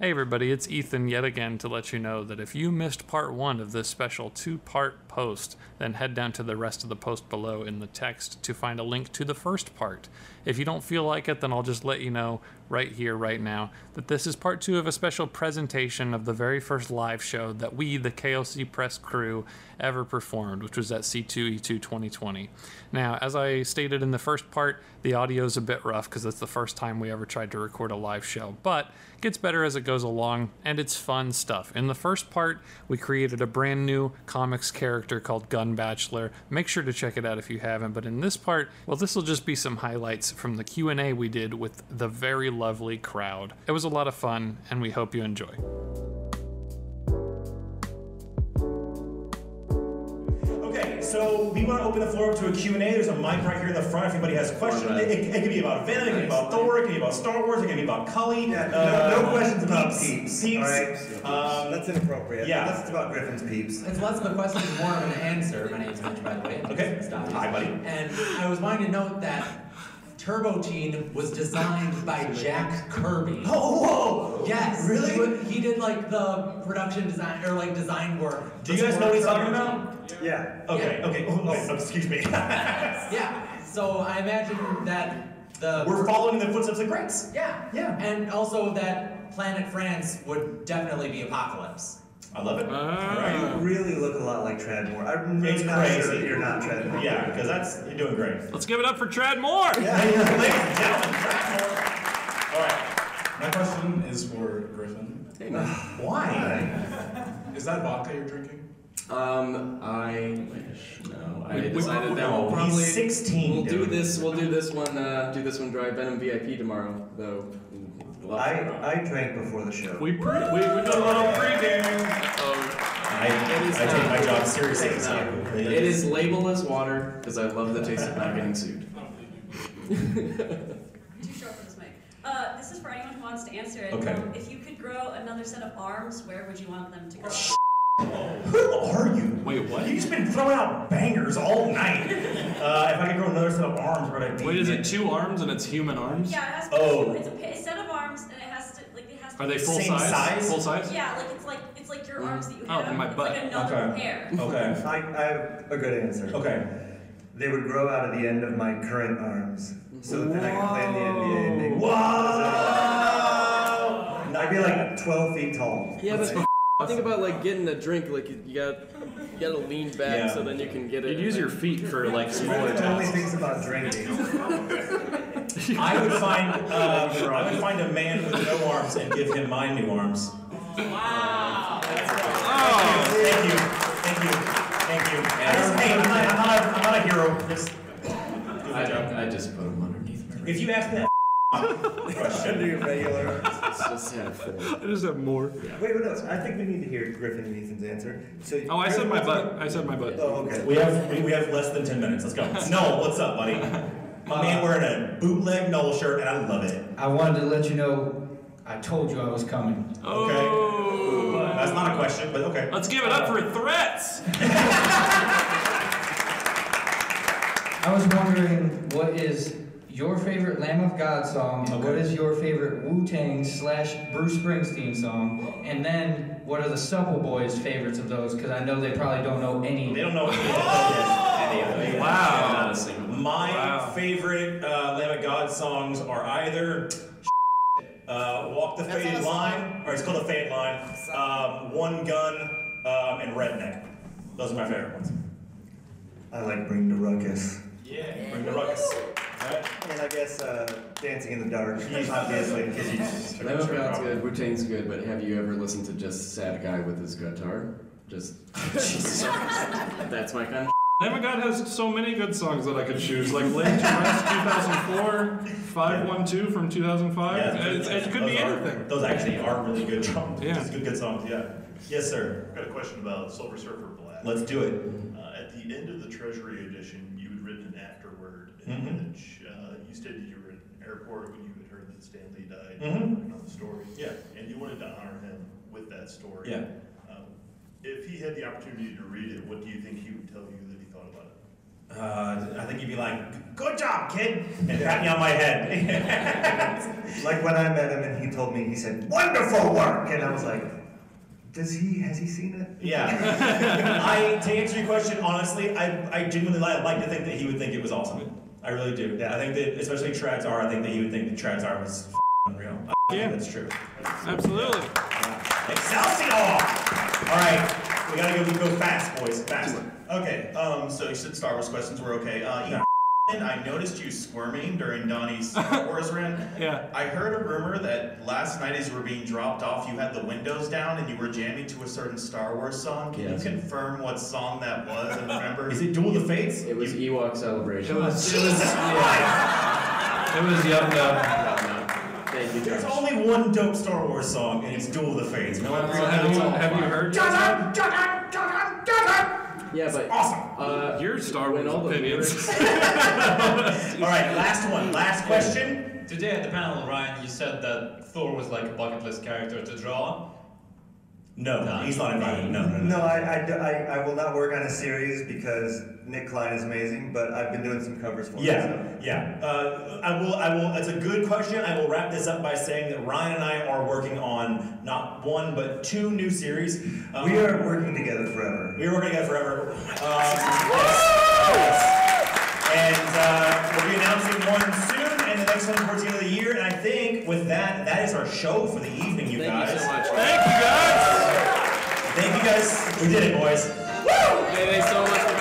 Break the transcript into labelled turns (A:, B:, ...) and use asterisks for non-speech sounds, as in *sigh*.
A: Hey, everybody, it's Ethan yet again to let you know that if you missed part one of this special two part post, then head down to the rest of the post below in the text to find a link to the first part. If you don't feel like it, then I'll just let you know right here, right now, that this is part two of a special presentation of the very first live show that we, the KLC Press crew, ever performed, which was at E C2E2 2020. Now, as I stated in the first part, the audio is a bit rough because that's the first time we ever tried to record a live show, but gets better as it goes along, and it's fun stuff. In the first part, we created a brand new comics character called Gun Bachelor. Make sure to check it out if you haven't. But in this part, well, this will just be some highlights from the Q&A we did with the very lovely crowd. It was a lot of fun, and we hope you enjoy.
B: Okay, so we want to open the floor up to a Q&A. There's a mic right here in the front if anybody has a question. It, it, it can be about Venom, it can be about Thor, it can be about Star Wars, it can be about Cully.
C: Yeah,
B: uh,
C: no, no questions about
B: peeps.
C: peeps.
B: Peeps.
C: All right.
B: Um,
C: that's inappropriate.
B: yeah.
C: That's about Griffin's peeps.
D: It's less of a question, it's more of an answer. My name's Mitch, by the way.
B: Okay.
D: Stop.
B: Hi, buddy.
D: And I was wanting to note that Turbo Teen was designed by Jack Kirby.
B: Oh, whoa!
D: Yes.
B: Really?
D: He, would- he did like the production design or like design work.
B: Do you guys know what he's talking about?
C: Yeah.
B: Okay,
D: Yeah.
B: okay. Oh, wait, excuse me. *laughs*
D: Yeah. So I imagine that the
B: We're following in the footsteps of the greats.
D: yeah
B: Yeah.
D: and also that Planet France would definitely be Apocalypse.
B: I love it.
C: You
B: All right.
C: really look a lot like Trad Moore. I'm really
B: It's
C: not sure
B: crazy.
C: that you're not Trad Moore.
B: Yeah, because that's, you're doing great. *laughs*
A: Let's give it up for Trad Moore!
B: Ladies and gentlemen, Brad Moore. All right.
E: My question is for Griffin.
B: Why?
E: Is that vodka you're drinking?
F: Um, I wish. No, I
E: We- we probably-
F: decided that we'll
E: probably-
F: probably
B: He's 16.
F: we'll do
B: dude.
F: this. We'll do this one. Uh, do this one dry Venom VIP tomorrow, though.
C: I, I drank before the show.
A: We, pre- we, we did a little pregame.
F: Oh,
B: I,
F: It is
B: I take
F: not-
B: my job seriously.
F: it's
B: so-
F: not. it is labeled as water because I love the taste of not getting sued.
G: Too short for this mic. Uh, this is for anyone who wants to answer it.
B: Okay.
G: Um, if you could grow another set of arms, where would you want them to grow?
B: Oh, Who are you?
A: Wait, what?
B: You've just been throwing out bangers all night. Uh, if I could grow another set of arms, where would I be?
H: Wait, is it two arms and it's human arms?
G: Yeah, it has to
B: Oh.
G: it's a, pa- a set of arms, and it has to like it has to.
H: Are they full
B: Same size?
H: Full size?
G: Yeah, like it's like it's like your arms that you
H: Oh,
G: have.
H: in my
G: it's
H: butt.
G: Like another
B: Okay.
G: pair.
B: Okay.
C: I, I have a good answer.
B: Okay.
C: They would grow out of the end of my current arms, so that then I could play in the NBA. And
B: Whoa!
C: I'd be like 12 feet tall.
F: Yeah, but think about like getting a drink. Like you you got, you gotta lean back
B: Yeah.
F: so then you can get it.
H: You'd use your feet for like smaller
C: Griffin only
H: tasks.
C: thinks about drinking.
B: I would find um, I would find a man with no arms and give him my new arms.
H: Oh,
B: Thank you. Thank you. Thank you. Hey, I'm not, I'm not, a, I'm not a hero. Just do my job.
F: I, I just put them underneath my.
B: If you ask that *laughs*
C: Under
B: question,
C: your regular.
F: It's just had four.
H: I just have more.
C: Wait, wait, no. I think we need to hear Griffin and Ethan's answer. So.
H: Oh, I said my butt. I said my butt.
C: Oh, okay.
B: we have we, we have less than ten minutes. Let's
F: *laughs*
B: go. No, what's up, buddy? My
F: Uh,
B: man wearing a bootleg Noel shirt, and I love it.
I: I wanted to let you know I told you I was coming.
F: Oh.
B: Okay. That's not a question, but okay.
F: Uh,
H: Let's give it up for threats.
I: I was wondering what is your favorite Lamb of God song, and what is your favorite Wu Tang slash Bruce Springsteen song, and then what are the Supple Boys' favorites of those? Because I know they probably don't know any.
B: They don't know any of them.
H: Wow.
B: My
H: Wow.
B: favorite uh, Lamb of God songs are either *laughs* uh, Walk the Faded Line, or it's called the Faded Line, um, One Gun, um, and Redneck. Those are my favorite ones.
C: I like Bring the Ruckus.
B: Bring the ruckus. Alright?
C: And I guess uh, Dancing in the
H: *laughs*
C: Dark, obviously, because you just
F: Lamb of God's good, Wu Tang's good, but have you ever listened to just sad guy with his guitar? Just *laughs* that's my kind. Of *laughs*
H: Lamb of God has so many good songs that I could choose, like Late to Rest 2004, 512 from 2005.
B: Yeah,
H: It's-
B: those-
H: it could be
B: those are-
H: anything.
B: Those actually are really good songs.
H: Yeah.
B: Just good, good songs, yeah. Yes, sir.
J: I've got a question about Silver Surfer Black.
B: Let's do it.
J: Uh, at the end of the Treasury edition, you had written an afterword
H: Mm-hmm.
J: in which uh, you stated you were in an airport when you had heard that Stanley died
H: Mm-hmm.
B: Mhm.
J: working on the story.
B: Yeah.
J: And you wanted to honor him with that story.
B: Yeah.
J: Um, if he had the opportunity to read it, what do you think he would tell you that he thought about it?
B: Uh, I think you'd be like, "Good job, kid," and pat me on my *laughs* head.
C: Like when I met him and he told me, he said, "Wonderful work," and I was like, "Does he? Has he seen it?"
B: Yeah. I to answer your question honestly, I, I genuinely like, like to think that he would think it was awesome. I really do. Yeah. I think that especially Trads R, I think that he would think that Trads R was f- unreal. I *laughs* think
H: Yeah.
B: that's true.
H: Absolutely.
B: Excelsior! All right, we gotta go go fast, boys, fast.
J: Okay, um, so you said Star Wars questions were okay. Uh, Ian, I noticed you squirming during Donnie's Star Wars rant.
H: Yeah.
J: I heard a rumor that last night as you were being dropped off, you had the windows down and you were jamming to a certain Star Wars song. Can
F: Yes.
J: you confirm what song that was and
B: *laughs*
J: remember?
B: Is it Duel of the Fates?
F: It was Ewok celebration.
H: It was. *laughs* It was. Yeah. It was uh, yum yum.
F: Thank you,
B: There's
F: Josh.
B: only one dope Star Wars song, and it's Duel of the Fates. No one
H: So have you have you heard? Yum Yum?
F: yeah, but
B: awesome.
F: uh,
H: Your Star
F: when
H: Wars
F: all the
H: opinions.
F: lyrics-
B: All right, last one, last question.
K: Today at the panel, Ryan, you said that Thor was like a bucket list character to draw.
B: No, he's not invited. No, no, no.
C: No, I, I, d- I- I will not work on a series because Nick Klein is amazing, but I've been doing some covers for him.
B: Yeah, yeah. Uh, I will. I will. It's a good question. I will wrap this up by saying that Ryan and I are working on not one but two new series.
C: so.
B: Um,
C: We are working together forever.
B: We are working
K: *laughs*
B: together forever. Um, yes, yes. And uh, we'll be announcing one soon, and the next one towards the end of the year. And I think with that, that is our show for the evening, you
F: Thank
B: guys.
F: *laughs* you so much.
H: Thank you guys.
B: Thank you guys. We did it, boys.
F: Thank you so much for